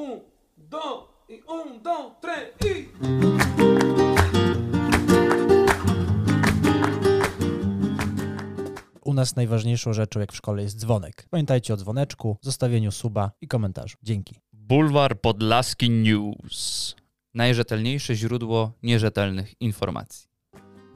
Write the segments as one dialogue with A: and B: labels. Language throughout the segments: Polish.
A: Un, dos i un, dos, tres i...
B: U nas najważniejszą rzeczą, jak w szkole, jest dzwonek. Pamiętajcie o dzwoneczku, zostawieniu suba i komentarzu. Dzięki.
C: Bulwar Podlaski News. Najrzetelniejsze źródło nierzetelnych informacji.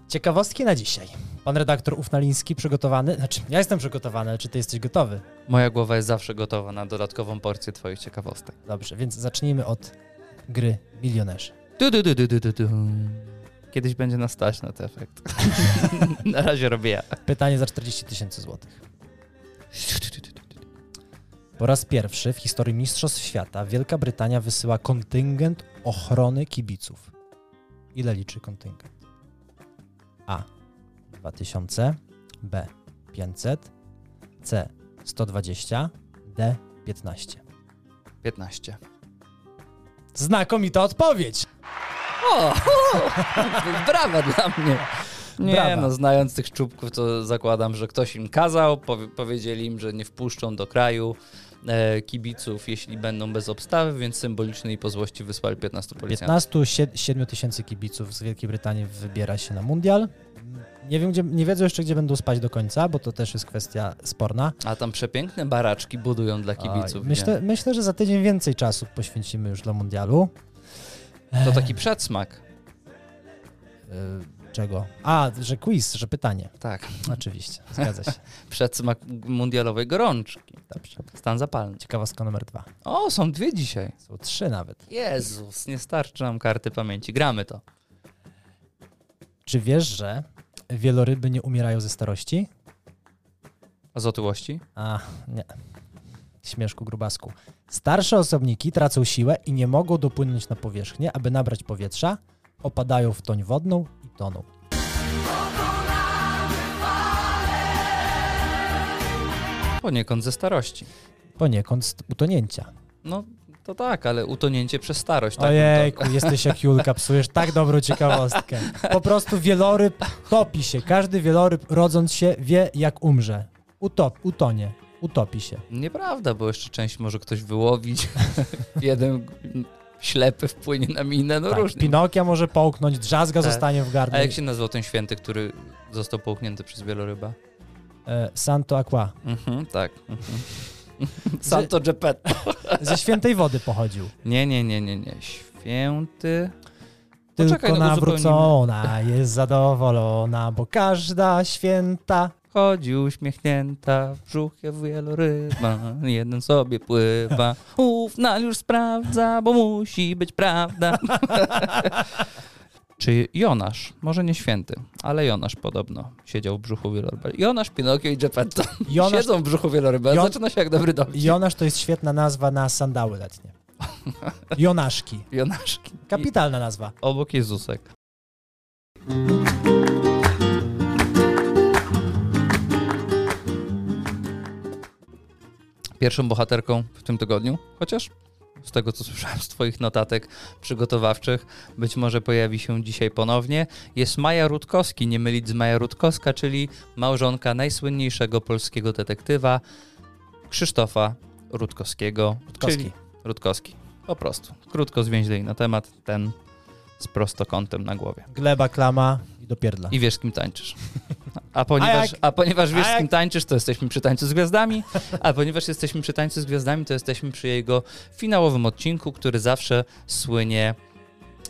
B: Ciekawostki na dzisiaj. Pan redaktor Ufnaliński przygotowany? Znaczy, ja jestem przygotowany, ale czy ty jesteś gotowy?
C: Moja głowa jest zawsze gotowa na dodatkową porcję Twoich ciekawostek.
B: Dobrze, więc zacznijmy od gry Milionerzy.
C: Du, du, du, du, du, du, du. Kiedyś będzie nas stać na ten efekt. na razie robię ja.
B: Pytanie za 40 tysięcy złotych. Po raz pierwszy w historii Mistrzostw Świata Wielka Brytania wysyła kontyngent ochrony kibiców. Ile liczy kontyngent? A. 2000 B. 500 C. 120 D. 15
C: 15.
B: Znakomita odpowiedź!
C: O! Brawa dla mnie! Nie,
B: Brawa.
C: no znając tych czubków, to zakładam, że ktoś im kazał, powie- powiedzieli im, że nie wpuszczą do kraju e, kibiców, jeśli będą bez obstawy, więc symbolicznie i po złości wysłali 15 policjantów.
B: 15 sie- 7 tysięcy kibiców z Wielkiej Brytanii wybiera się na mundial. Nie, wiem, gdzie, nie wiedzą jeszcze, gdzie będą spać do końca, bo to też jest kwestia sporna.
C: A tam przepiękne baraczki budują dla kibiców.
B: Oj,
C: nie?
B: myślę, myślę, że za tydzień więcej czasu poświęcimy już dla mundialu.
C: To taki przedsmak.
B: Yy, czego? A, że quiz, że pytanie.
C: Tak,
B: Oczywiście, zgadza się.
C: przedsmak mundialowej gorączki.
B: Dobrze.
C: Stan zapalny.
B: Ciekawostka numer dwa.
C: O, są dwie dzisiaj.
B: Są trzy nawet.
C: Jezus, nie starczy nam karty pamięci. Gramy to.
B: Czy wiesz, że wieloryby nie umierają ze starości?
C: A z otyłości?
B: A, nie. Śmieszku, grubasku. Starsze osobniki tracą siłę i nie mogą dopłynąć na powierzchnię, aby nabrać powietrza, opadają w toń wodną i toną.
C: Poniekąd ze starości.
B: Poniekąd z utonięcia.
C: No to tak, ale utonięcie przez starość. Tak
B: Ojejku, jesteś jak Julka, psujesz tak dobrą ciekawostkę. Po prostu wieloryb topi się. Każdy wieloryb rodząc się wie jak umrze. Utop, utonie, utopi się.
C: Nieprawda, bo jeszcze część może ktoś wyłowić. Jeden ślepy wpłynie na minę, no
B: Tak,
C: różnie.
B: Pinokia może połknąć, drzazga
C: Tak.
B: zostanie w
C: A
B: gardle.
C: jak się nazywał ten święty, który został połknięty przez wieloryba?
B: E, Santo Aqua.
C: Mhm, tak. Mhm. Santo Geppetto.
B: Ze świętej wody pochodził.
C: Nie, nie, nie, nie, nie. Święty... Poczekaj,
B: Tylko
C: no uzupełnimy.
B: nawrócona jest zadowolona, bo każda święta.
C: Chodzi uśmiechnięta, w brzuch jak wieloryba, jeden sobie pływa. Ufna już sprawdza, bo musi być prawda. Czy Jonasz, może nie święty, ale Jonasz podobno siedział w brzuchu wieloryba. Jonasz, Pinokio i Geppetto
B: Jonasz,
C: siedzą w brzuchu wieloryba.
B: Jon-
C: Zaczyna się jak dobry dom.
B: Jonasz to jest świetna nazwa na sandały letnie. Jonaszki.
C: Jonaszki. I
B: Kapitalna nazwa.
C: obok Jezusek. Pierwszą bohaterką w tym tygodniu, chociaż z tego co słyszałem z Twoich notatek przygotowawczych, być może pojawi się dzisiaj ponownie, jest Maja Rutkowski, nie mylić z Maja Rutkowska, czyli małżonka najsłynniejszego polskiego detektywa Krzysztofa Rutkowskiego.
B: Rutkowski.
C: Czyli Rutkowski. Po prostu. Krótko, zwięźlej na temat ten z prostokątem na głowie.
B: Gleba, klama i dopierdla.
C: I wiesz, z kim tańczysz. A ponieważ,
B: jak-
C: a ponieważ wiesz,
B: a
C: z kim
B: jak-
C: tańczysz, to jesteśmy przy tańcu z gwiazdami. A ponieważ jesteśmy przy tańcu z gwiazdami, to jesteśmy przy jego finałowym odcinku, który zawsze słynie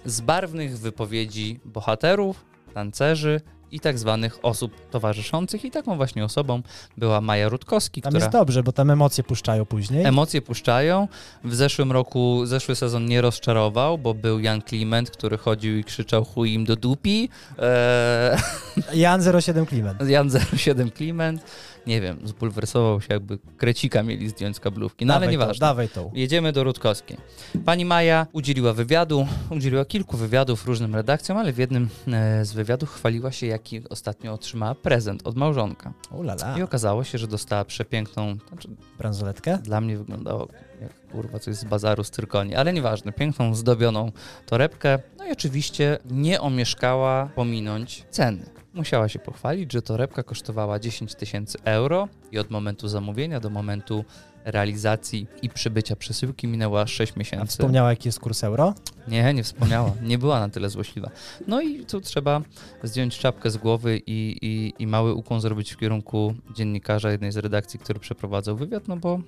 C: z barwnych wypowiedzi bohaterów, tancerzy i tak zwanych osób towarzyszących. I taką właśnie osobą była Maja Rutkowski,
B: Tam
C: która...
B: jest dobrze, bo tam emocje puszczają później.
C: Emocje puszczają. W zeszłym roku, zeszły sezon nie rozczarował, bo był Jan Kliment, który chodził i krzyczał chuj im do dupi. Eee,
B: Jan 07 Klimen.
C: Jan 07 Kliment. Nie wiem, zbulwersował się, jakby krecika mieli zdjąć z kablówki. No ale
B: Dawaj tą,
C: nieważne.
B: Dawaj tą.
C: Jedziemy do Rutkowskiej. Pani Maja udzieliła wywiadu, udzieliła kilku wywiadów różnym redakcjom, ale w jednym e, z wywiadów chwaliła się, jaki ostatnio otrzymała prezent od małżonka.
B: Ulala,
C: I okazało się, że dostała przepiękną, znaczy
B: bransoletkę.
C: dla mnie wyglądało jak kurwa coś z bazaru z Tyrkonii, ale nieważne, piękną, zdobioną torebkę. No i oczywiście nie omieszkała pominąć ceny. Musiała się pochwalić, że torebka kosztowała 10 tysięcy euro i od momentu zamówienia do momentu realizacji i przybycia przesyłki minęła 6
B: A
C: miesięcy.
B: wspomniała, jaki jest kurs euro?
C: Nie, nie wspomniała. Nie była na tyle złośliwa. No i tu trzeba zdjąć czapkę z głowy i, i, i mały ukłon zrobić w kierunku dziennikarza jednej z redakcji, który przeprowadzał wywiad, no bo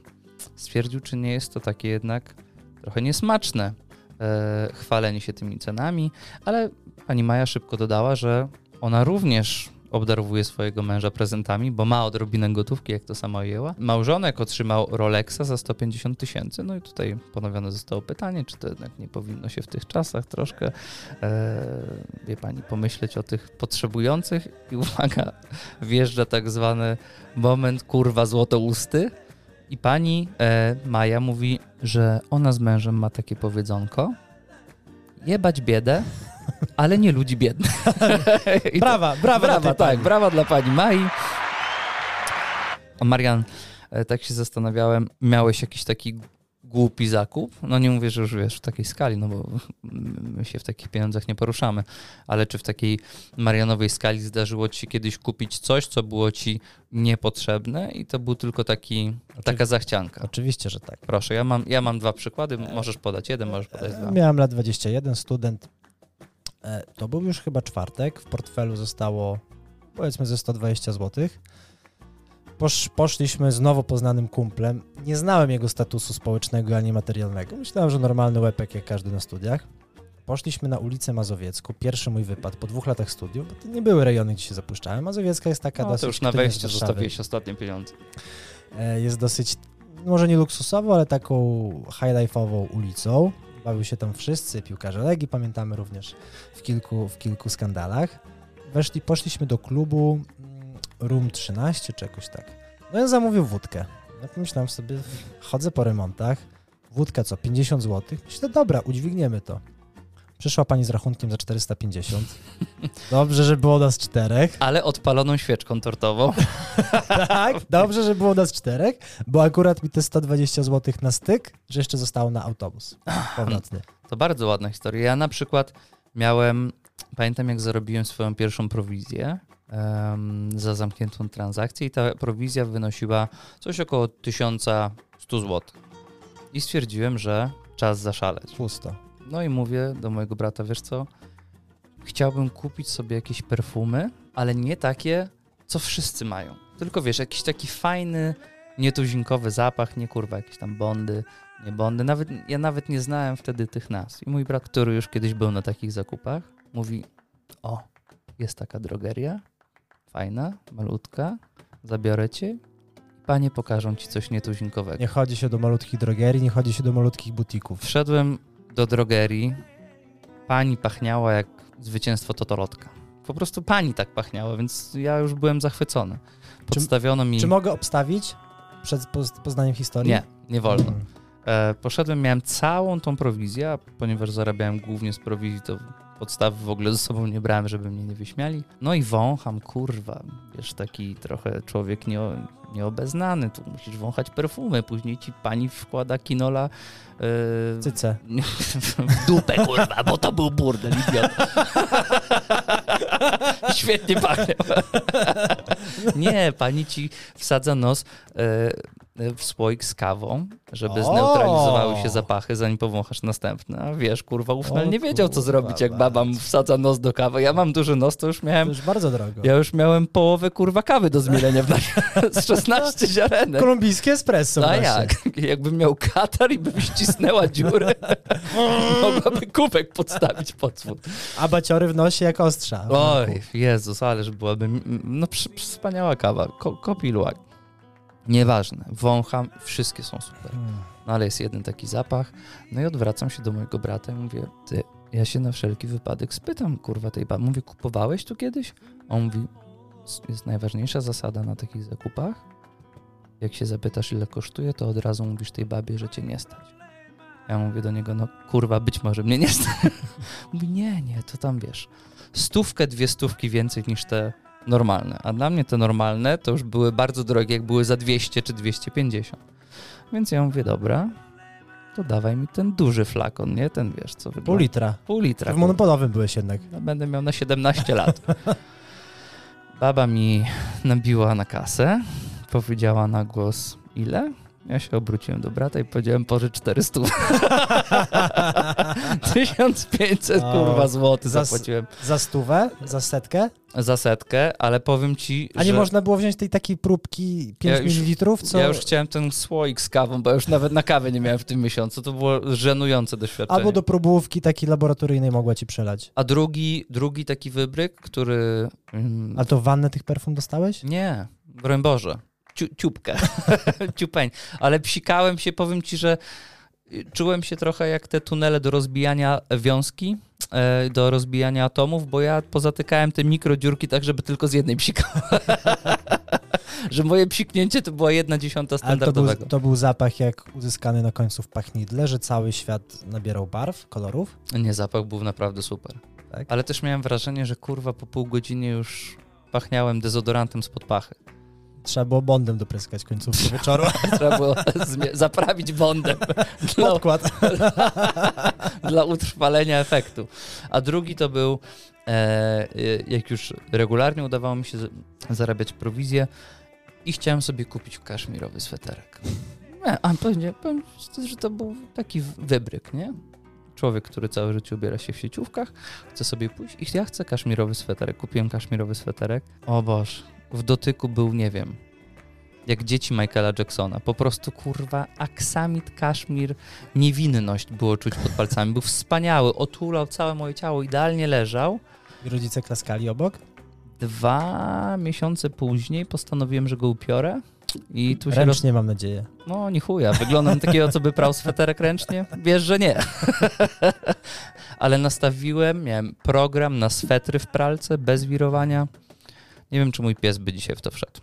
C: stwierdził, czy nie jest to takie jednak trochę niesmaczne e, chwalenie się tymi cenami, ale pani Maja szybko dodała, że ona również obdarowuje swojego męża prezentami, bo ma odrobinę gotówki, jak to sama ujęła. Małżonek otrzymał Rolexa za 150 tysięcy, no i tutaj ponowione zostało pytanie, czy to jednak nie powinno się w tych czasach troszkę, e, wie pani, pomyśleć o tych potrzebujących i uwaga, wjeżdża tak zwany moment, kurwa, złoto usty i pani e, Maja mówi, że ona z mężem ma takie powiedzonko, jebać biedę, ale nie ludzi biednych. I to-
B: Brawa, brawa,
C: brawa,
B: brawa
C: tak, brawa dla pani Mai. A Marian, e, tak się zastanawiałem, miałeś jakiś taki głupi zakup? No nie mówię, że już wiesz, w takiej skali, no bo my się w takich pieniądzach nie poruszamy, ale czy w takiej Marianowej skali zdarzyło ci się kiedyś kupić coś, co było ci niepotrzebne i to był tylko taki, taka zachcianka?
B: Oczywiście, że tak.
C: Proszę, ja mam, ja mam dwa przykłady, możesz podać jeden, możesz podać dwa.
B: E,
C: No
B: Miałem lat 21, student. E, To był już chyba czwartek. W portfelu zostało powiedzmy ze 120 zł. Posz, poszliśmy z nowo poznanym kumplem. Nie znałem jego statusu społecznego ani materialnego. Myślałem, że normalny łepek jak każdy na studiach. Poszliśmy na ulicę Mazowiecką. Pierwszy mój wypad po dwóch latach studiów. Bo to nie były rejony, gdzie się zapuszczałem. Mazowiecka jest taka
C: No,
B: dosyć...
C: to już na
B: sztywna z
C: wejściu
B: Warszawy.
C: zostawiłeś ostatnie pieniądze.
B: E, Jest dosyć, może nie luksusową, ale taką high-life'ową ulicą. Bawił się tam wszyscy, piłkarze Legii, pamiętamy również w kilku, w kilku skandalach. Weszli, poszliśmy do klubu mm, Room 13 czy jakoś tak. No i on zamówił wódkę. Ja pomyślałem sobie, chodzę po remontach, wódka co, 50 zł? Myślę, "No dobra, udźwigniemy to. Przyszła pani z rachunkiem za 450. Dobrze, że było nas czterech.
C: Ale odpaloną świeczką tortową.
B: Tak, dobrze, że było nas czterech, bo akurat mi te 120 zł na styk, że jeszcze zostało na autobus powrotny.
C: To bardzo ładna historia. Ja na przykład miałem, pamiętam jak zarobiłem swoją pierwszą prowizję em, za zamkniętą transakcję i ta prowizja wynosiła coś około 1100 zł. I stwierdziłem, że czas zaszaleć.
B: Pusto.
C: No i mówię do mojego brata, wiesz co, chciałbym kupić sobie jakieś perfumy, ale nie takie, co wszyscy mają. Tylko wiesz, jakiś taki fajny, nietuzinkowy zapach, nie kurwa, jakieś tam bondy, nie bondy. Nawet, ja nawet nie znałem wtedy tych nazw. I mój brat, który już kiedyś był na takich zakupach, mówi, o, jest taka drogeria, fajna, malutka, zabiorę cię, panie pokażą ci coś nietuzinkowego.
B: Nie chodzi się do malutkich drogerii, nie chodzi się do malutkich butików.
C: Wszedłem do drogerii. Pani pachniała jak zwycięstwo Totolotka. Po prostu pani tak pachniała, więc ja już byłem zachwycony. Podstawiono mi.
B: Czy mogę obstawić przed poz- poznaniem historii?
C: nie, nie wolno.
B: Mm.
C: E, poszedłem, miałem całą tą prowizję, a ponieważ zarabiałem głównie z prowizji, to podstawy w ogóle ze sobą nie brałem, żeby mnie nie wyśmiali. No i wącham, kurwa, wiesz, taki trochę człowiek nie, nieobeznany, tu musisz wąchać perfumy, później ci pani wkłada kinola e,
B: Cyce.
C: w dupę, kurwa, bo to był burdel, idiot. Świetnie pachnie. Nie, pani ci wsadza nos e, e, w słoik z kawą, żeby
B: O!
C: zneutralizowały się zapachy, zanim powąchasz następne. A wiesz, kurwa, no. Ufnal
B: O,
C: nie wiedział, co
B: kurwa,
C: zrobić, jak baba mu wsadza nos do kawy. Ja mam duży nos, to już
B: To
C: miałem...
B: już bardzo drogo.
C: Ja już miałem połowę, kurwa, kawy do zmielenia w naszym, z 16 ziarenek.
B: Kolumbijskie espresso
C: A
B: właśnie.
C: No jak? Jakbym miał katar i bym ścisnęła dziurę, mogłaby kubek podstawić pod spód.
B: A baciory w nosie jak ostrza.
C: Oj, Jezus, ależ byłaby... m- No, przy- wspaniała kawa. Ko, kopi luwak. Nieważne. Wącham, wszystkie są super.
B: Mm.
C: No, ale jest jeden taki zapach. No i odwracam się do mojego brata i mówię, ty, ja się na wszelki wypadek spytam, kurwa, tej baby. Mówię, kupowałeś tu kiedyś? A on mówi, "S- jest najważniejsza zasada na takich zakupach. Jak się zapytasz, ile kosztuje, to od razu mówisz tej babie, że cię nie stać. Ja mówię do niego, no kurwa, być może mnie nie stać. Mówi, nie, nie, to tam wiesz. Stówkę, dwie stówki więcej niż te normalne. A dla mnie te normalne to już były bardzo drogie, jak były za 200 czy 250. Więc ja mówię, dobra, to dawaj mi ten duży flakon, nie? Ten wiesz, co wygląda.
B: Pół litra.
C: Pół litra.
B: W monopolowym byłeś jednak.
C: No, Będę miał na 17 lat. Baba mi nabiła na kasę, powiedziała na głos ile Ja się obróciłem do brata i powiedziałem, pożycz 400. 1500,
B: O,
C: kurwa,
B: zas-
C: złotych zapłaciłem
B: Za stówę? Za setkę?
C: za setkę, ale powiem ci,
B: A nie
C: że
B: można było wziąć tej takiej próbki 5
C: Ja już-
B: ml, co...
C: ja już chciałem ten słoik z kawą, bo ja już nawet na kawę nie miałem w tym miesiącu. To było żenujące doświadczenie.
B: Albo do próbówki takiej laboratoryjnej mogła ci przelać.
C: A drugi, drugi taki wybryk, który... mm,
B: A to wannę tych perfum dostałeś?
C: Nie, broń Boże. Ciu, ciupkę, ciupeń. Ale psikałem się, powiem ci, że y, czułem się trochę jak te tunele do rozbijania wiązki, e, do rozbijania atomów, bo ja pozatykałem te mikrodziurki tak, żeby tylko z jednej psikałem. że moje psiknięcie to była jedna dziesiąta
B: Ale to był,
C: standardowego.
B: to był zapach jak uzyskany na końcu w pachnidle, że cały świat nabierał barw, kolorów.
C: Nie, zapach był naprawdę super.
B: Tak?
C: Ale też miałem wrażenie, że kurwa po pół godziny już pachniałem dezodorantem spod pachy.
B: Trzeba było bondem dopryskać końcówkę wieczoru.
C: Trzeba było zmie- zaprawić bondem. No. Dla
B: Podkład.
C: dla utrwalenia efektu. A drugi to był, e, e, jak już regularnie udawało mi się z- zarabiać prowizję i chciałem sobie kupić kaszmirowy sweterek. Nie, a pewnie, powiem szczerze, że to był taki w- wybryk, nie? Człowiek, który całe życie ubiera się w sieciówkach, chce sobie pójść i ja chcę kaszmirowy sweterek. Kupiłem kaszmirowy sweterek. O Boż, w dotyku był, nie wiem, jak dzieci Michaela Jacksona. Po prostu, kurwa, aksamit, kaszmir, niewinność było czuć pod palcami. Był wspaniały, otulał całe moje ciało, idealnie leżał.
B: I rodzice klaskali obok.
C: Dwa miesiące później postanowiłem, że go upiorę. I tu się roz...
B: Ręcznie mam nadzieję.
C: No, ni chuja. Wyglądam takiego, co by prał sweterek ręcznie? Wiesz, że nie. Ale nastawiłem, miałem program na swetry w pralce, bez wirowania. Nie wiem, czy mój pies by dzisiaj w to wszedł.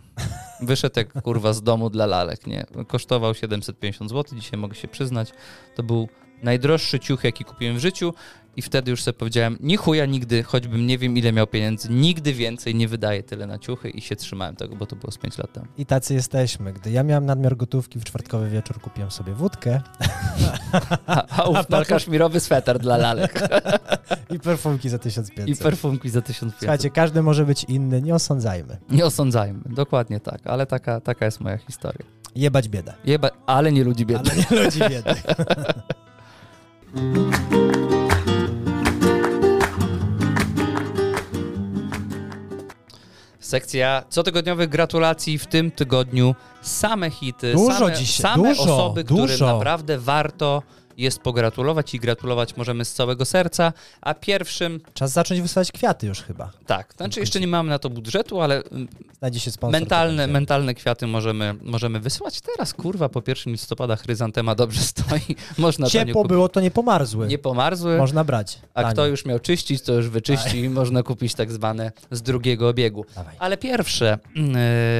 C: Wyszedł jak kurwa z domu dla lalek, nie? Kosztował 750 zł, dzisiaj mogę się przyznać. To był najdroższy ciuch, jaki kupiłem w życiu i wtedy już sobie powiedziałem, ni chuja nigdy, choćbym nie wiem ile miał pieniędzy, nigdy więcej nie wydaję tyle na ciuchy i się trzymałem tego, bo to było z 5 lat temu.
B: I tacy jesteśmy. Gdy ja miałem nadmiar gotówki w czwartkowy wieczór, kupiłem sobie wódkę
C: A, a ufnal kaszmirowy sweter dla lalek
B: i perfumki za
C: i
B: 1500.
C: perfumki za 1500.
B: Słuchajcie, każdy może być inny, nie osądzajmy.
C: Nie osądzajmy, dokładnie tak, ale taka, taka jest moja historia.
B: Jebać biedę.
C: Jeba, ale nie ludzi biednych.
B: Ale nie ludzi biednych.
C: Sekcja cotygodniowych gratulacji w tym tygodniu same hity,
B: Dużo
C: same,
B: dzisiaj,
C: same
B: dużo,
C: osoby, którym
B: dużo.
C: naprawdę warto jest pogratulować i gratulować możemy z całego serca, a pierwszym,
B: Czas zacząć wysyłać kwiaty już chyba.
C: tak, znaczy jeszcze nie mamy na to budżetu, ale mm,
B: Znajdzie się sponsor.
C: mentalne,
B: to będzie.
C: mentalne kwiaty możemy, możemy wysyłać teraz, kurwa, po 1 listopada chryzantema dobrze stoi, można tanio
B: Ciepło
C: kupić.
B: było, to nie pomarzły.
C: Nie pomarzły,
B: Można brać.
C: a
B: Tanio.
C: kto już miał czyścić, to już wyczyści i można kupić tak zwane z drugiego obiegu.
B: Dawaj.
C: Ale pierwsze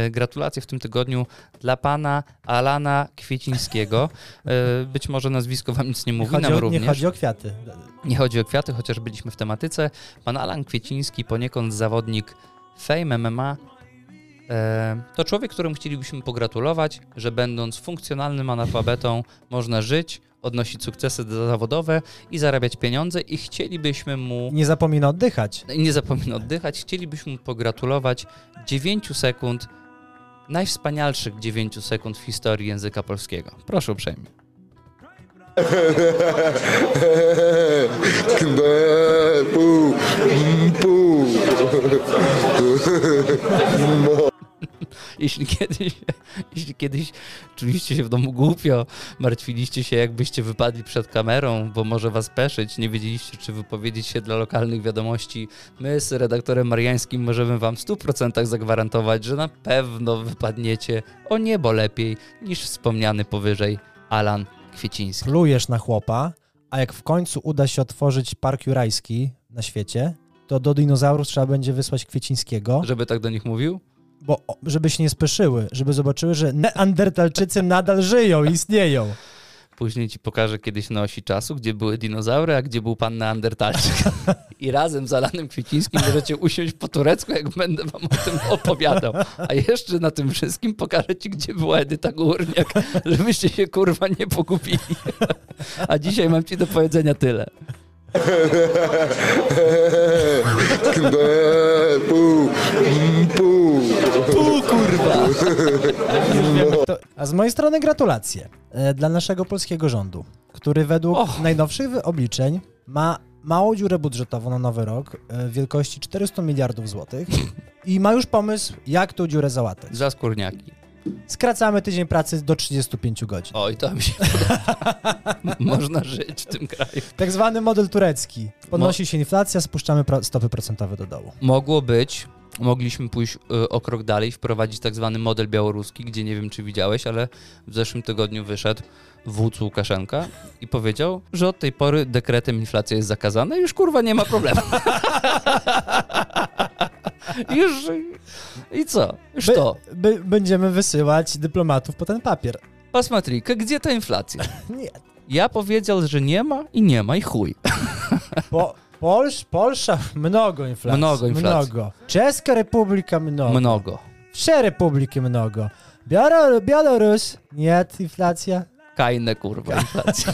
C: e, gratulacje w tym tygodniu dla pana Alana Kwiecińskiego. E, być może nazwisko wam nic nie
B: Nie
C: mówi,
B: chodzi,
C: nam
B: o, nie
C: również.
B: chodzi o kwiaty.
C: Nie chodzi o kwiaty, chociaż byliśmy w tematyce. Pan Alan Kwieciński, poniekąd zawodnik Fame MMA, e, to człowiek, którym chcielibyśmy pogratulować, że będąc funkcjonalnym analfabetą można żyć, odnosić sukcesy zawodowe i zarabiać pieniądze i chcielibyśmy mu
B: Nie zapomina oddychać.
C: No i nie zapomina oddychać. Chcielibyśmy mu pogratulować 9 sekund, najwspanialszych 9 sekund w historii języka polskiego. Proszę uprzejmie.
D: Boo. Boo.
C: Jeśli kiedyś, jeśli kiedyś czuliście się w domu głupio, martwiliście się, jakbyście wypadli przed kamerą, bo może was peszyć, nie wiedzieliście, czy wypowiedzieć się dla lokalnych wiadomości, my z redaktorem Mariańskim możemy wam w 100% zagwarantować, że na pewno wypadniecie o niebo lepiej niż wspomniany powyżej Alan Kwieciński.
B: Plujesz na chłopa, a jak w końcu uda się otworzyć park jurajski na świecie, to do dinozaurów trzeba będzie wysłać Kwiecińskiego,
C: Żeby tak do nich mówił?
B: bo o- żeby się nie speszyły, żeby zobaczyły, że neandertalczycy nadal żyją, i istnieją.
C: Później ci pokażę kiedyś na osi czasu, gdzie były dinozaury, a gdzie był pan Neandertalczyk. I razem z Alanem Kwiecińskim możecie usiąść po turecku, jak będę wam o tym opowiadał. A jeszcze na tym wszystkim pokażę ci, gdzie była Edyta Górniak, żebyście się kurwa nie pogubili. A dzisiaj mam ci do powiedzenia tyle.
D: Boo. Boo.
C: Pół kurwa!
B: To, a z mojej strony gratulacje e, dla naszego polskiego rządu, który według
C: Och.
B: najnowszych wy- obliczeń ma małą dziurę budżetową na nowy rok e, wielkości 400 miliardów złotych i ma już pomysł, jak tą dziurę załatać.
C: Za skórniaki.
B: Skracamy tydzień pracy do 35 godzin.
C: Oj, to mi się... Można żyć w tym kraju.
B: Tak zwany model turecki. Podnosi
C: No.
B: się inflacja, spuszczamy pro- stopy procentowe do dołu.
C: Mogło być, mogliśmy pójść y, o krok dalej, wprowadzić tak zwany model białoruski, gdzie nie wiem, czy widziałeś, ale w zeszłym tygodniu wyszedł wódz Łukaszenka i powiedział, że od tej pory dekretem inflacja jest zakazana i już kurwa nie ma problemu. już... I co? Już to.
B: by, będziemy wysyłać dyplomatów po ten papier.
C: Pasmatryjka, gdzie ta inflacja?
B: Nie.
C: Ja powiedział, że nie ma i nie ma i chuj.
B: Po, Polsz, Polsza mnogo inflacji.
C: Mnogo inflacji.
B: Mnogo. Czeska Republika mnogo.
C: Mnogo.
B: Wsze republiki mnogo. Bioro, Białorus, nie, inflacja.
C: Kajne kurwa inflacja.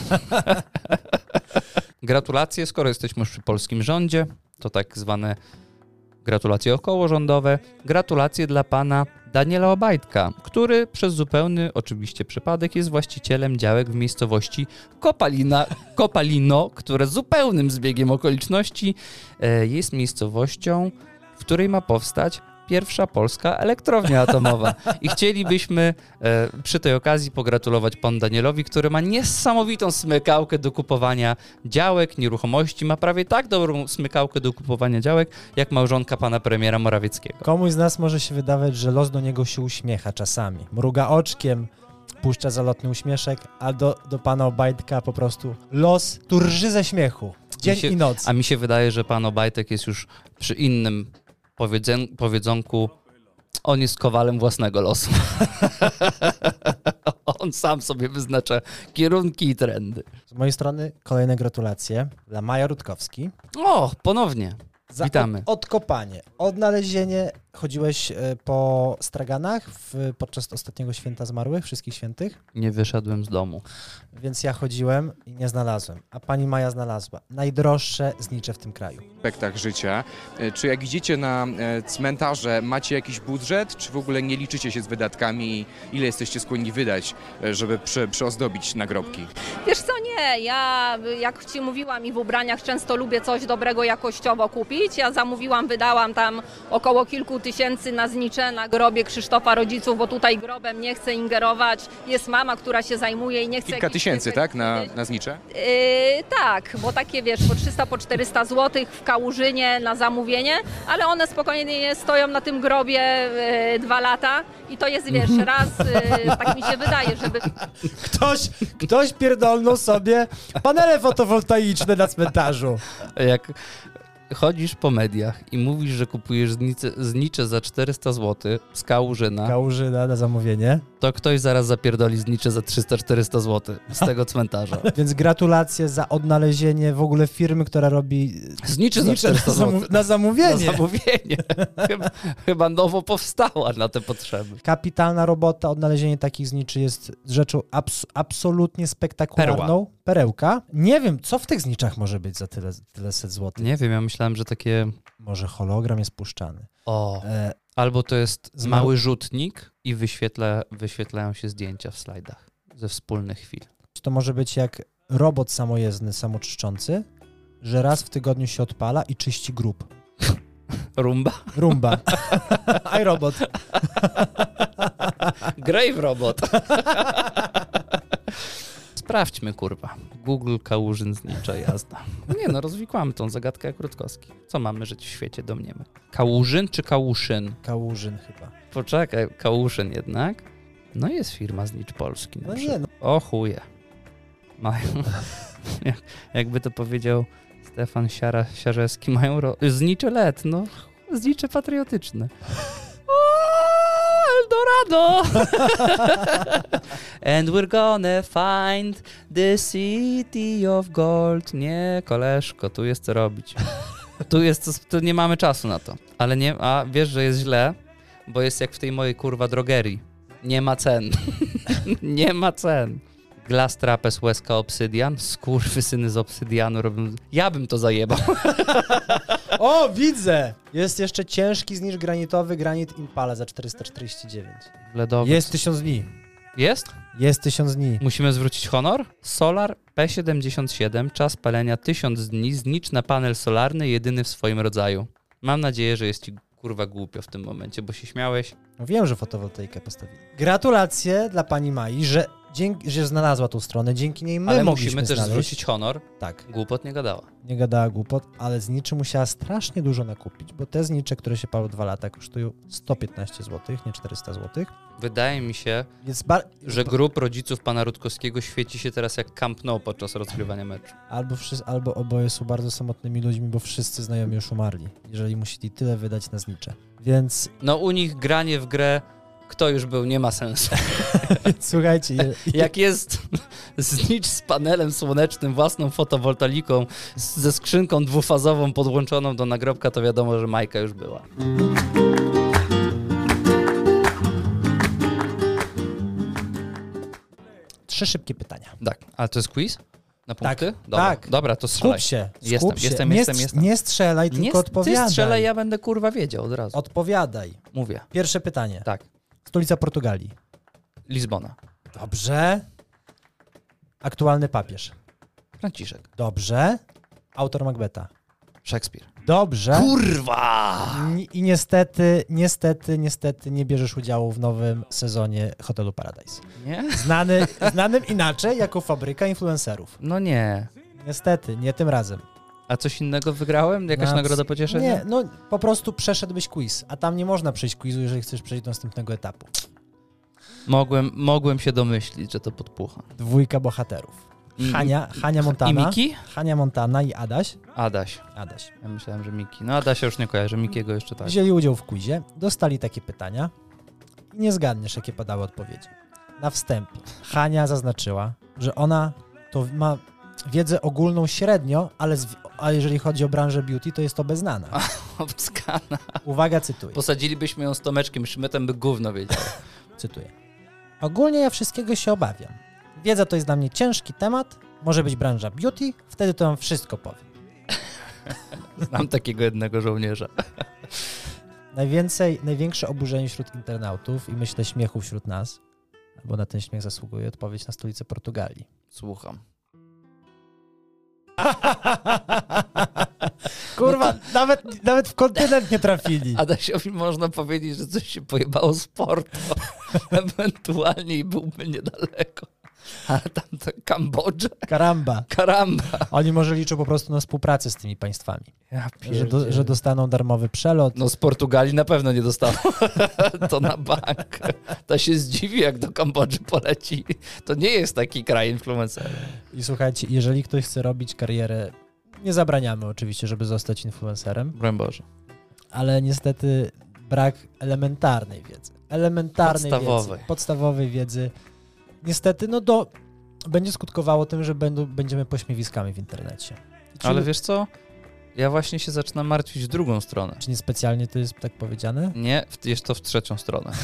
C: Gratulacje, skoro jesteśmy już przy polskim rządzie, to tak zwane gratulacje okołorządowe. Gratulacje dla pana Daniela Obajtka, który przez zupełny oczywiście przypadek jest właścicielem działek w miejscowości Kopalina, Kopalino, które zupełnym zbiegiem okoliczności e, jest miejscowością, w której ma powstać pierwsza polska elektrownia atomowa. I chcielibyśmy e, przy tej okazji pogratulować panu Danielowi, który ma niesamowitą smykałkę do kupowania działek, nieruchomości. Ma prawie tak dobrą smykałkę do kupowania działek, jak małżonka pana premiera Morawieckiego.
B: Komuś z nas może się wydawać, że los do niego się uśmiecha czasami. Mruga oczkiem, puszcza zalotny uśmieszek, a do, do pana Obajtka po prostu los turży ze śmiechu. Dzień
C: Mi się-
B: i noc.
C: A mi się wydaje, że pan Obajtek jest już przy innym powiedzę- powiedzonku. On jest kowalem własnego losu. On sam sobie wyznacza kierunki i trendy.
B: Z mojej strony kolejne gratulacje dla Maja Rutkowski.
C: O, ponownie.
B: Za
C: Witamy.
B: Od, odkopanie, odnalezienie. Chodziłeś e, po straganach w, podczas ostatniego święta zmarłych, wszystkich świętych?
C: Nie wyszedłem z domu.
B: Więc ja chodziłem i nie znalazłem, a pani Maja znalazła. Najdroższe znicze w tym kraju.
E: aspektach życia. E, Czy jak idziecie na e, cmentarze, macie jakiś budżet, czy w ogóle nie liczycie się z wydatkami i ile jesteście skłonni wydać, e, żeby przy, przyozdobić nagrobki?
F: Wiesz co, nie, ja jak Ci mówiłam i w ubraniach często lubię coś dobrego jakościowo kupić. Ja zamówiłam, wydałam tam około kilku tysięcy na znicze na grobie Krzysztofa rodziców, bo tutaj grobem nie chcę ingerować. Jest mama, która się zajmuje i nie chce...
E: Kilka
F: jakichś
E: tysięcy,
F: tych-
E: tak, na, na znicze?
F: Yy, tak, bo takie wiesz, po 300, po 400 zł w Kałużynie na zamówienie, ale one spokojnie stoją na tym grobie yy, dwa lata i to jest, wiesz,
E: Mhm.
F: raz, yy, tak mi się wydaje, żeby
B: Ktoś, ktoś pierdolnął sobie panele fotowoltaiczne na cmentarzu.
C: Jak chodzisz po mediach i mówisz, że kupujesz znicze, znicze za 400 zł z kałużyna,
B: Kałużyna na zamówienie.
C: to ktoś zaraz zapierdoli znicze za 300-400 zł z tego cmentarza.
B: Więc gratulacje za odnalezienie w ogóle firmy, która robi
C: Znicze za
B: znicze na,
C: 400 zł.
B: zamów- na
C: Na
B: zamówienie.
C: No, zamówienie. Chyba, chyba nowo powstała na te potrzeby.
B: Kapitalna robota, odnalezienie takich zniczy jest rzeczą abs- absolutnie spektakularną. Perełka. Nie wiem, co w tych zniczach może być za tyle, tyle set złotych.
C: Nie wiem, ja myślałem, że takie...
B: Może hologram jest puszczany.
C: O,
B: E,
C: albo to jest
B: Zmarł-
C: mały rzutnik i wyświetla, wyświetlają się zdjęcia w slajdach ze wspólnych chwil.
B: to może być jak robot samojezdny, samoczyszczący, że raz w tygodniu się odpala i czyści grób.
C: Rumba?
B: Rumba. I robot.
C: Grave robot. Sprawdźmy, kurwa. Google Kałużyn znicza jazda. Nie no, rozwikłamy tą zagadkę jak Rutkowski. Co mamy żyć w świecie, domniemy? Kałużyn czy Kałuszyn?
B: Kałużyn chyba.
C: Poczekaj, Kałuszyn jednak. No jest firma Znicz Polski. Na
B: No nie,
C: przykład.
B: no.
C: O chuje. Mają, jak, jakby to powiedział Stefan Siara, Siarzewski, mają ro... znicze let, no. Znicze patriotyczne. O, Eldorado! And we're gonna find the city of gold. Nie, koleżko, tu jest co robić. Tu jest, co- tu nie mamy czasu na to. Ale nie, a wiesz, że jest źle, bo jest jak w tej mojej kurwa drogerii. Nie ma cen. nie ma cen. Glass Trapez, Łeska Obsydian. Skurwysyny z Obsydianu robią... Ja bym to zajebał.
B: O, widzę! Jest jeszcze ciężki zniż granitowy granit Impala za 449.
C: Ledowy.
B: Jest 1000 dni.
C: Jest?
B: Jest 1000 dni.
C: Musimy zwrócić honor. Solar P77, czas palenia 1000 dni, znicz na panel solarny, jedyny w swoim rodzaju. Mam nadzieję, że jest ci kurwa głupio w tym momencie, bo się śmiałeś.
B: No Wiem, że fotowoltaikę postawili. Gratulacje dla pani Mai, że, dzięki, że znalazła tą stronę. Dzięki niej my
C: Ale
B: mogliśmy
C: musimy też
B: znaleźć.
C: zwrócić honor.
B: Tak,
C: Głupot nie gadała.
B: nie gadała głupot, ale zniczy musiała strasznie dużo nakupić, bo te znicze, które się palą dwa lata, kosztują 115 zł, nie 400 zł.
C: Wydaje mi się,
B: Więc bar...
C: że grup rodziców pana Rutkowskiego świeci się teraz jak Camp Nou podczas rozgrywania meczu.
B: albo, wszyscy, albo oboje są bardzo samotnymi ludźmi, bo wszyscy znajomi już umarli, jeżeli musieli tyle wydać na znicze. Więc
C: No u nich granie w grę, kto już był, nie ma sensu.
B: słuchajcie, je,
C: E, Jak jest znicz z panelem słonecznym, własną fotowoltaiką, z- ze skrzynką dwufazową podłączoną do nagrobka, to wiadomo, że Majka już była.
B: trzy szybkie pytania.
C: Tak, ale to jest quiz? Na
B: Tak,
C: punkty? Dobra,
B: tak.
C: Dobra to
B: Skup
C: strzelaj.
B: się, skup
C: Jestem,
B: się.
C: jestem,
B: nie,
C: jestem,
B: strz-
C: jestem.
B: nie strzelaj,
C: Nie,
B: tylko odpowiadaj.
C: ty strzelaj, ja będę kurwa wiedział od razu.
B: Odpowiadaj.
C: Mówię,
B: Pierwsze pytanie.
C: tak.
B: Stolica Portugalii.
C: Lizbona.
B: Dobrze. Aktualny papież.
C: Franciszek.
B: Dobrze. Autor Macbeta.
C: Szekspir.
B: Tak? Dobrze.
C: Kurwa!
B: Ni- I niestety, niestety, niestety nie bierzesz udziału w nowym sezonie Hotelu Paradise.
C: Nie?
B: Znany, znanym inaczej jako fabryka influencerów.
C: No nie.
B: Niestety, nie tym razem.
C: A coś innego wygrałem? Jakaś
B: Na-
C: nagroda pocieszenia?
B: Nie, no po prostu przeszedłbyś quiz, a tam nie można przejść quizu, jeżeli chcesz przejść do następnego etapu.
C: Mogłem, mogłem się domyślić, że to podpucha.
B: Dwójka bohaterów.
C: I-
B: Hania, Hania
C: I
B: Montana.
C: Miki?
B: Hania Montana i Adaś.
C: Adaś.
B: Adaś.
C: Ja myślałem, że Miki. No Adasia już nie kojarzę, Mikiego jeszcze tak.
B: Wzięli udział w quizie, dostali takie pytania i nie zgadniesz, jakie padały odpowiedzi. Na wstępie Hania zaznaczyła, że ona to ma wiedzę ogólną średnio, ale z, a jeżeli chodzi o branżę beauty, to jest to beznana.
C: Obskana.
B: Uwaga, cytuję.
C: Posadzilibyśmy ją z Tomeczkiem Szmytem, by gówno wiedział.
B: cytuję. Ogólnie ja wszystkiego się obawiam. Wiedza to jest dla mnie ciężki temat, może być branża beauty, wtedy to wam wszystko powiem.
C: Znam takiego jednego żołnierza.
B: Najwięcej, największe oburzenie wśród internautów i myślę śmiechu wśród nas, bo na ten śmiech zasługuje odpowiedź na stolicę Portugalii.
C: Słucham.
B: Kurwa, nawet, nawet w kontynent nie trafili.
C: Adasiowi można powiedzieć, że coś się pojebało z portu. Ewentualnie i byłby niedaleko. Ale tam to Kambodża.
B: Karamba.
C: Karamba.
B: Oni może liczą po prostu na współpracę z tymi państwami.
C: Ja
B: Że, do, że dostaną darmowy przelot.
C: No z Portugalii na pewno nie dostaną. to na bank. To się zdziwi, jak do Kambodży poleci. To nie jest taki kraj influencerów.
B: I słuchajcie, jeżeli ktoś chce robić karierę, nie zabraniamy oczywiście, żeby zostać influencerem,
C: Broń Boże.
B: ale niestety brak elementarnej wiedzy. Elementarnej
C: Podstawowej.
B: wiedzy. Podstawowej wiedzy. Niestety, no do... Będzie skutkowało tym, że będą, będziemy pośmiewiskami w internecie. I Czy,
C: Ale wiesz co? Ja właśnie się zaczynam martwić w drugą stronę.
B: czy nie specjalnie to jest tak powiedziane?
C: Nie, w- jest to w trzecią stronę.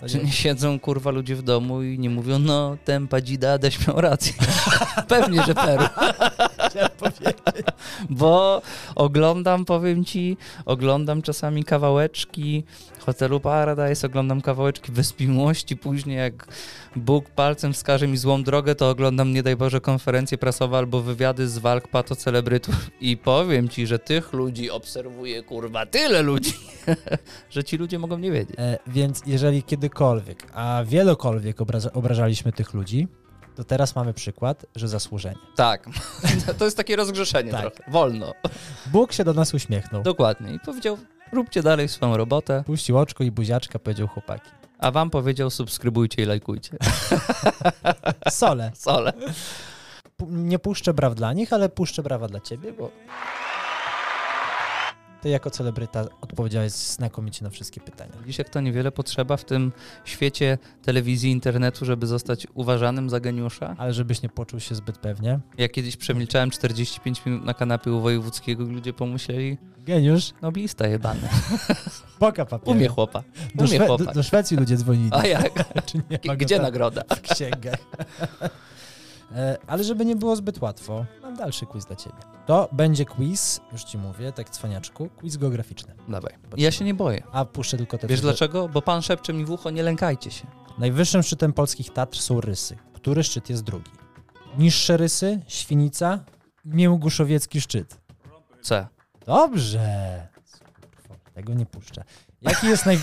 B: To
C: Czy
B: nie-
C: nie siedzą kurwa ludzie w domu i nie mówią, no ten padzida Adaś miał rację. Pewnie, że Peru. Bo oglądam, powiem ci, oglądam czasami kawałeczki Hotelu Paradise, oglądam kawałeczki Wysp Miłości, później jak Bóg palcem wskaże mi złą drogę, to oglądam, nie daj Boże, konferencje prasowe albo wywiady z walk pato celebrytów i powiem ci, że tych ludzi obserwuję kurwa tyle ludzi, że ci ludzie mogą nie wiedzieć.
B: E, więc jeżeli kiedykolwiek, a wielokolwiek obraza, obrażaliśmy tych ludzi, to teraz mamy przykład, że zasłużenie.
C: Tak. To jest takie rozgrzeszenie
B: Tak.
C: trochę. Wolno.
B: Bóg się do nas uśmiechnął.
C: Dokładnie. I powiedział, róbcie dalej swoją robotę,
B: Puścił oczko i buziaczka, powiedział chłopaki.
C: a wam powiedział, subskrybujcie i lajkujcie.
B: Sole,
C: Sole.
B: pu- nie puszczę braw dla nich, ale puszczę brawa dla ciebie, bo Ty jako celebryta odpowiedziałeś znakomicie na wszystkie pytania.
C: Widzisz, jak to niewiele potrzeba w tym świecie telewizji, internetu, żeby zostać uważanym za geniusza?
B: Ale żebyś nie poczuł się zbyt pewnie.
C: Ja kiedyś przemilczałem 45 minut na kanapie u Wojewódzkiego i ludzie pomyśleli,
B: Geniusz,
C: noblista jebany.
B: boka papieru.
C: Umie chłopa.
B: do,
C: Umie
B: Szwe- do,
C: chłopak.
B: do Szwecji tak. ludzie dzwonili.
C: A jak?
B: Czy nie ma go
C: Gdzie
B: tam?
C: nagroda?
B: w księgach. E, Ale żeby nie było zbyt łatwo, mam dalszy quiz dla ciebie. To będzie quiz, już ci mówię, tak cwaniaczku, quiz geograficzny.
C: Dawaj. Ja się nie boję.
B: A puszczę tylko te
C: Wiesz
B: trzy-
C: dlaczego? Bo pan szepcze mi w ucho, nie lękajcie się.
B: Najwyższym szczytem polskich Tatr są Rysy. Który szczyt jest drugi? Niższe Rysy, Świnica, Mięguszowiecki szczyt.
C: C.
B: Dobrze! Kurwa, Tego nie puszczę. Jaki jest, naj...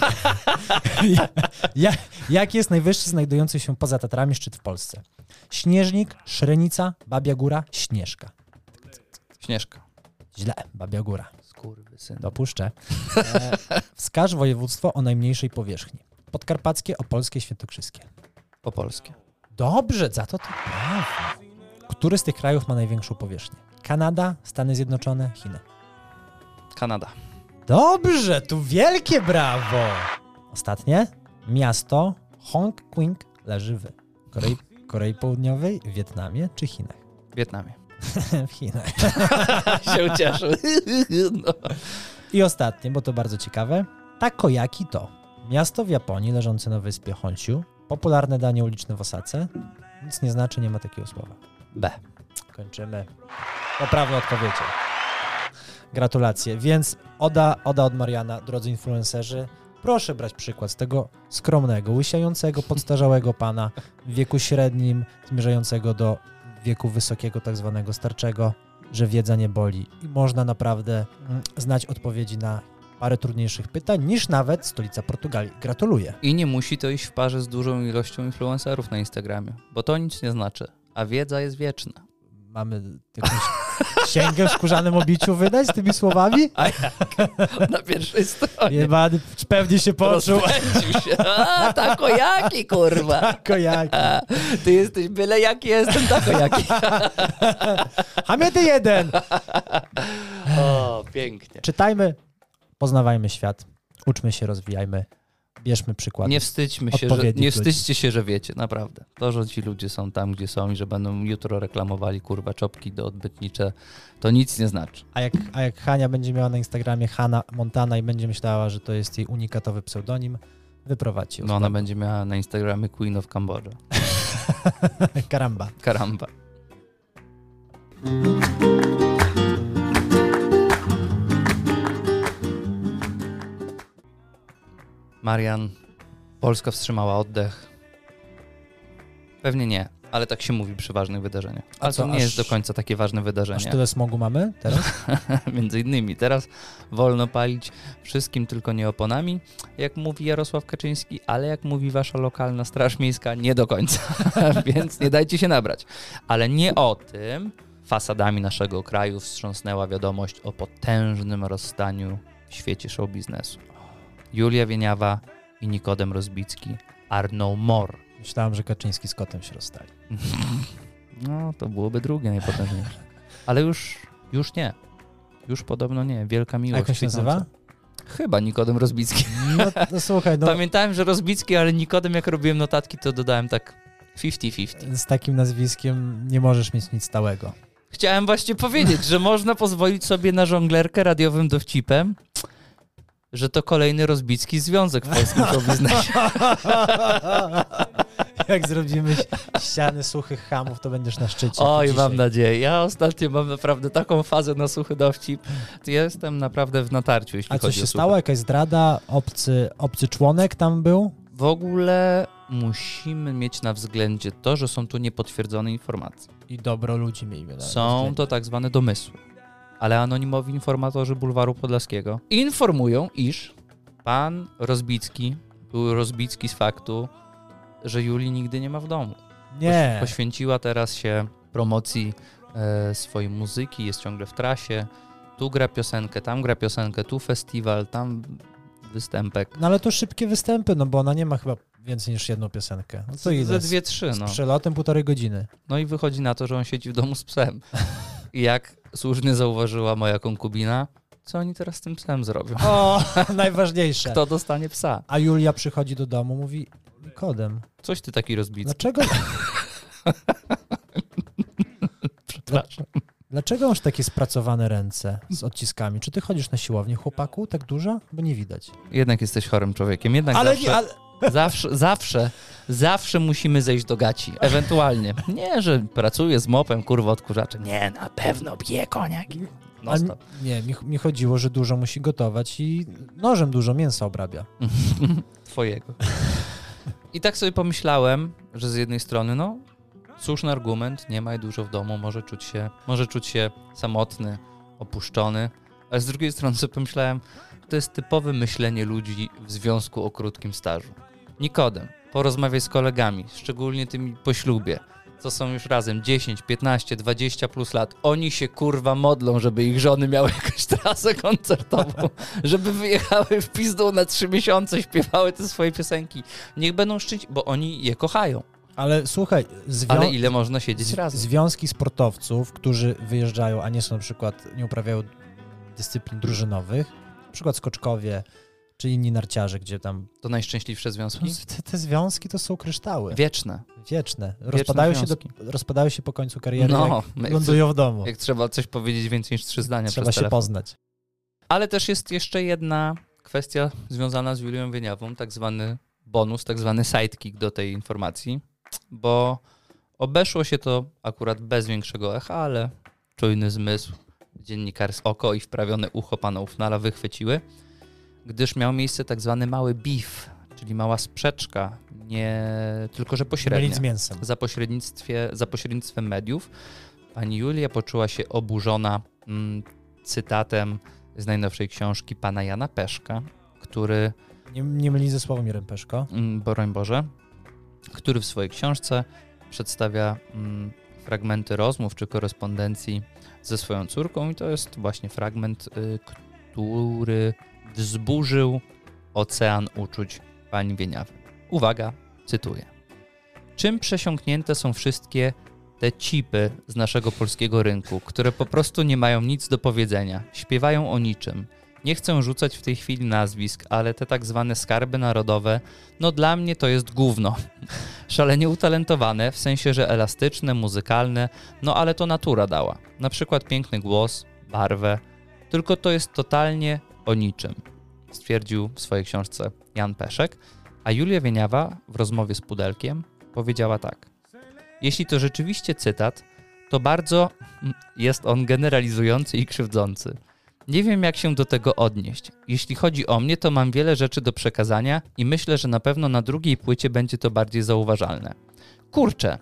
B: ja, ja, jaki jest najwyższy znajdujący się poza Tatrami szczyt w Polsce? Śnieżnik, Szrenica, Babia Góra, Śnieżka.
C: Śnieżka.
B: Źle, Babia Góra.
C: Skurwysyn.
B: Dopuszczę. E, wskaż województwo o najmniejszej powierzchni. Podkarpackie, Opolskie, Świętokrzyskie.
C: Po polskie.
B: Dobrze, za to to brawo. Który z tych krajów ma największą powierzchnię? Kanada, Stany Zjednoczone, Chiny.
C: Kanada.
B: Dobrze, tu wielkie brawo. Ostatnie. Miasto Hongqing leży w Korei, Korei Południowej, Wietnamie czy Chinach?
C: W Wietnamie.
B: w Chinach.
C: się ucieszył. no.
B: I ostatnie, bo to bardzo ciekawe. Takoyaki to miasto w Japonii leżące na wyspie Honshu, popularne danie uliczne w Osace. Nic nie znaczy, nie ma takiego słowa.
C: B.
B: Kończymy. Poprawne odpowiedzi. Gratulacje. Więc Oda, Oda od Mariana, drodzy influencerzy, proszę brać przykład z tego skromnego, łysiejącego, podstarzałego pana w wieku średnim, zmierzającego do wieku wysokiego, tak zwanego starczego, że wiedza nie boli i można naprawdę mm, znać odpowiedzi na parę trudniejszych pytań niż nawet stolica Portugalii. Gratuluję.
C: I nie musi to iść w parze z dużą ilością influencerów na Instagramie, bo to nic nie znaczy, a wiedza jest wieczna.
B: Mamy jakąś sięgę w skórzanym obiciu wydać z tymi słowami?
C: A jak? Na pierwszej stronie.
B: Jebany, pewnie się poczuł.
C: Rozpędził się. A, tako jaki, kurwa.
B: Kojaki.
C: Ty jesteś byle jaki, ja jestem tako jaki.
B: Hamiety jeden!
C: O, pięknie.
B: Czytajmy, poznawajmy świat, uczmy się, rozwijajmy, bierzmy przykład.
C: Nie wstydźmy się, że,
B: Odpowiednich
C: nie wstydźcie się, że wiecie, naprawdę. To, że ci ludzie są tam, gdzie są i że będą jutro reklamowali, kurwa, czopki do odbytnicze, to nic nie znaczy.
B: A, jak, a jak Hania będzie miała na Instagramie Hanna Montana i będzie myślała, że to jest jej unikatowy pseudonim, wyprowadź ją.
C: No ona będzie miała na Instagramie Queen of Cambodia.
B: Karamba.
C: Karamba. Marian, Polska wstrzymała oddech. Pewnie nie, ale tak się mówi przy ważnych wydarzeniach. Ale
B: co,
C: to nie
B: aż-
C: jest do końca takie ważne
B: Aż
C: wydarzenie.
B: tyle smogu mamy teraz?
C: Między innymi teraz wolno palić wszystkim, tylko nie oponami, jak mówi Jarosław Kaczyński, ale jak mówi wasza lokalna straż miejska, nie do końca, więc nie dajcie się nabrać. Ale nie o tym fasadami naszego kraju wstrząsnęła wiadomość o potężnym rozstaniu w świecie show biznesu. Julia Wieniawa i Nikodem Rozbicki, No Arnaud Mor.
B: Myślałem, że Kaczyński z kotem się rozstali.
C: No, to byłoby drugie najpotężniejsze. Ale już, już nie. Już podobno nie. Wielka
B: A
C: miłość.
B: jak on się
C: kwitnąca.
B: nazywa?
C: Chyba Nikodem Rozbicki.
B: No, no słuchaj, no,
C: Pamiętałem, że Rozbicki, ale Nikodem, jak robiłem notatki, to dodałem tak 50-50.
B: z takim nazwiskiem nie możesz mieć nic stałego.
C: Chciałem właśnie powiedzieć, że można pozwolić sobie na żonglerkę radiowym dowcipem, że to kolejny Rozbicki związek w polskim showbiznesie.
B: jak zrobimy ściany suchych hamów, to będziesz na szczycie.
C: Oj,
B: Dzisiaj.
C: mam nadzieję. Ja ostatnio mam naprawdę taką fazę na suchy dowcip. To ja jestem naprawdę w natarciu, jeśli
B: A co
C: chodzi o
B: się
C: suchy
B: stało? Jakaś zdrada? Obcy, obcy członek tam był?
C: W ogóle musimy mieć na względzie to, że są tu niepotwierdzone informacje.
B: I dobro ludzi miejmy na
C: Są to tak zwane domysły. Ale anonimowi informatorzy Bulwaru Podlaskiego informują, iż pan Rozbicki, był Rozbicki z faktu, że Julii nigdy nie ma w domu.
B: Nie,
C: Poś- Poświęciła teraz się promocji e, swojej muzyki, jest ciągle w trasie. Tu gra piosenkę, tam gra piosenkę, tu festiwal, tam występek.
B: no ale to szybkie występy, no bo ona nie ma chyba więcej niż jedną piosenkę. No to ile?
C: Ze dwie, trzy,
B: Z
C: no.
B: przelotem półtorej godziny.
C: No i wychodzi na to, że on siedzi w domu z psem. I jak słusznie zauważyła moja konkubina, co oni teraz z tym psem zrobią.
B: O, najważniejsze.
C: Kto dostanie psa?
B: A Julia przychodzi do domu, mówi kodem.
C: Coś ty taki rozbity.
B: Dlaczego? Przepraszam. Dlaczego masz takie spracowane ręce z odciskami? Czy ty chodzisz na siłownię, chłopaku, tak dużo? Bo nie widać.
C: Jednak jesteś chorym człowiekiem. Jednak
B: Ale,
C: zawsze,
B: nie, ale
C: zawsze, zawsze, zawsze musimy zejść do gaci. Ewentualnie. Nie, że pracuję z mopem, kurwa, odkurzaczem. Nie, na pewno bije koniak. No
B: a mi- nie, mi, mi chodziło, że dużo musi gotować i nożem dużo mięsa obrabia.
C: twojego. I tak sobie pomyślałem, że z jednej strony, no, słuszny argument, nie ma jej dużo w domu, może czuć się, może czuć się samotny, opuszczony, ale z drugiej strony sobie pomyślałem, to jest typowe myślenie ludzi w związku o krótkim stażu. Nikodem, porozmawiaj z kolegami, szczególnie tymi po ślubie, co są już razem 10, 15, 20 plus lat. Oni się kurwa modlą, żeby ich żony miały jakąś trasę koncertową żeby wyjechały w pizdą na trzy miesiące, śpiewały te swoje piosenki. Niech będą szczyć, bo oni je kochają.
B: Ale słuchaj, zwią...
C: Ale ile można siedzieć
B: z-
C: razem?
B: Związki sportowców, którzy wyjeżdżają, a nie są na przykład, nie uprawiają dyscyplin drużynowych, na przykład skoczkowie czy inni narciarze, gdzie tam.
C: To najszczęśliwsze związki?
B: Te, te związki to są kryształy
C: Wieczne.
B: wieczne. Rozpadają się, do,
C: związki.
B: rozpadają się po końcu kariery,
C: No,
B: jak
C: jak,
B: lądują w domu.
C: jak trzeba coś powiedzieć więcej niż trzy zdania
B: Trzeba
C: przez
B: się
C: telefon.
B: poznać.
C: Ale też jest jeszcze jedna kwestia związana z Julią Wieniawą, tak zwany bonus, tak zwany sidekick do tej informacji, bo obeszło się to akurat bez większego echa, ale czujny zmysł, dziennikarz oko i wprawione ucho pana Ufnala wychwyciły, gdyż miał miejsce tak zwany mały beef, czyli mała sprzeczka, nie tylko że pośrednia
B: Mylić z mięsem.
C: za, pośrednictwie, za pośrednictwem mediów. Pani Julia poczuła się oburzona mm, cytatem z najnowszej książki pana Jana Peszka, który,
B: Nie, nie myli ze Sławomirem Peszko.
C: mm, broń Boże, który w swojej książce przedstawia mm, fragmenty rozmów czy korespondencji ze swoją córką i to jest właśnie fragment, y, który wzburzył ocean uczuć pani Wieniawy. Uwaga, cytuję. Czym przesiąknięte są wszystkie te cipy z naszego polskiego rynku, które po prostu nie mają nic do powiedzenia, śpiewają o niczym. Nie chcę rzucać w tej chwili nazwisk, ale te tak zwane skarby narodowe, no dla mnie to jest gówno. Szalenie utalentowane, w sensie, że elastyczne, muzykalne, no ale to natura dała. Na przykład piękny głos, barwę, tylko to jest totalnie o niczym, stwierdził w swojej książce Jan Peszek, a Julia Wieniawa w rozmowie z Pudelkiem powiedziała tak. Jeśli to rzeczywiście cytat, to bardzo mm, jest on generalizujący i krzywdzący. Nie wiem, jak się do tego odnieść. Jeśli chodzi o mnie, to mam wiele rzeczy do przekazania i myślę, że na pewno na drugiej płycie będzie to bardziej zauważalne. Kurczę,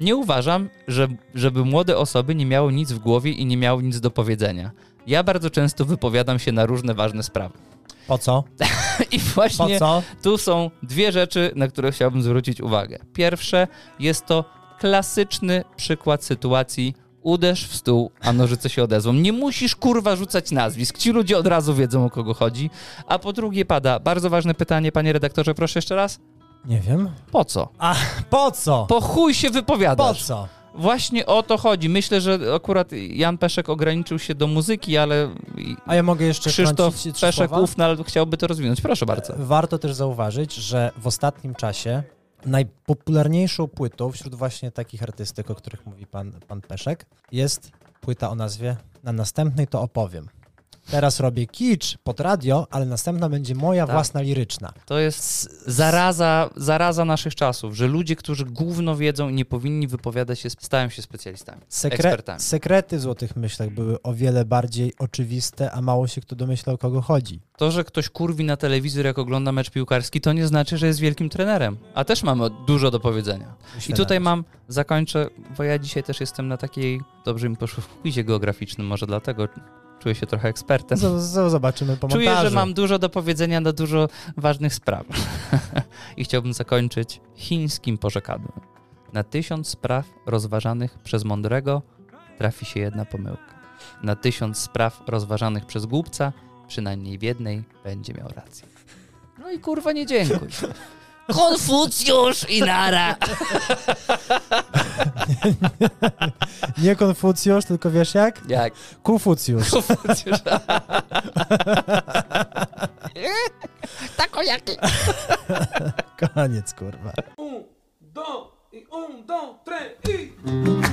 C: nie uważam, że, żeby młode osoby nie miały nic w głowie i nie miały nic do powiedzenia. Ja bardzo często wypowiadam się na różne ważne sprawy.
B: Po co?
C: I
B: Po
C: właśnie
B: co?
C: tu są dwie rzeczy, na które chciałbym zwrócić uwagę. Pierwsze jest to klasyczny przykład sytuacji uderz w stół, a nożyce się odezwą. Nie musisz kurwa rzucać nazwisk. Ci ludzie od razu wiedzą o kogo chodzi. A po drugie pada bardzo ważne pytanie, panie redaktorze, proszę jeszcze raz.
B: Nie wiem.
C: Po co?
B: A, po co?
C: Po chuj się wypowiadasz.
B: Po co?
C: Właśnie o to chodzi. Myślę, że akurat Jan Peszek ograniczył się do muzyki, ale
B: A ja mogę jeszcze
C: Krzysztof
B: wtrącić trzy
C: Peszek
B: słowa?
C: Ufnal chciałby to rozwinąć. Proszę bardzo.
B: Warto też zauważyć, że w ostatnim czasie najpopularniejszą płytą wśród właśnie takich artystyk, o których mówi pan, pan Peszek, jest płyta o nazwie Na następnej to opowiem. Teraz robię kicz pod radio, ale następna będzie moja
C: Tak.
B: własna liryczna.
C: To jest zaraza, zaraza naszych czasów, że ludzie, którzy gówno wiedzą i nie powinni wypowiadać się, stają się specjalistami,
B: Sekre-
C: ekspertami.
B: sekrety w Złotych Myślach były o wiele bardziej oczywiste, a mało się kto domyślał, o kogo chodzi.
C: To, że ktoś kurwi na telewizor, jak ogląda mecz piłkarski, to nie znaczy, że jest wielkim trenerem. A też mamy dużo do powiedzenia. I tutaj mam, zakończę, bo ja dzisiaj też jestem na takiej, dobrze mi poszło w quizie geograficznym, może dlatego czuję się trochę ekspertem.
B: Z- z- Zobaczymy po
C: Czuję,
B: montażu.
C: że mam dużo do powiedzenia na dużo ważnych spraw. I chciałbym zakończyć chińskim porzekadłem. Na tysiąc spraw rozważanych przez mądrego trafi się jedna pomyłka. Na tysiąc spraw rozważanych przez głupca przynajmniej w jednej będzie miał rację. No i kurwa nie dziękuj.
F: Konfucjusz i nara.
B: Nie Konfucjusz, tylko wiesz jak?
C: Jak?
B: Kufucjusz.
C: Konfucjusz.
F: Takoyaki.
B: Koniec, kurwa.
A: Um, dom, e um, dom, trem, e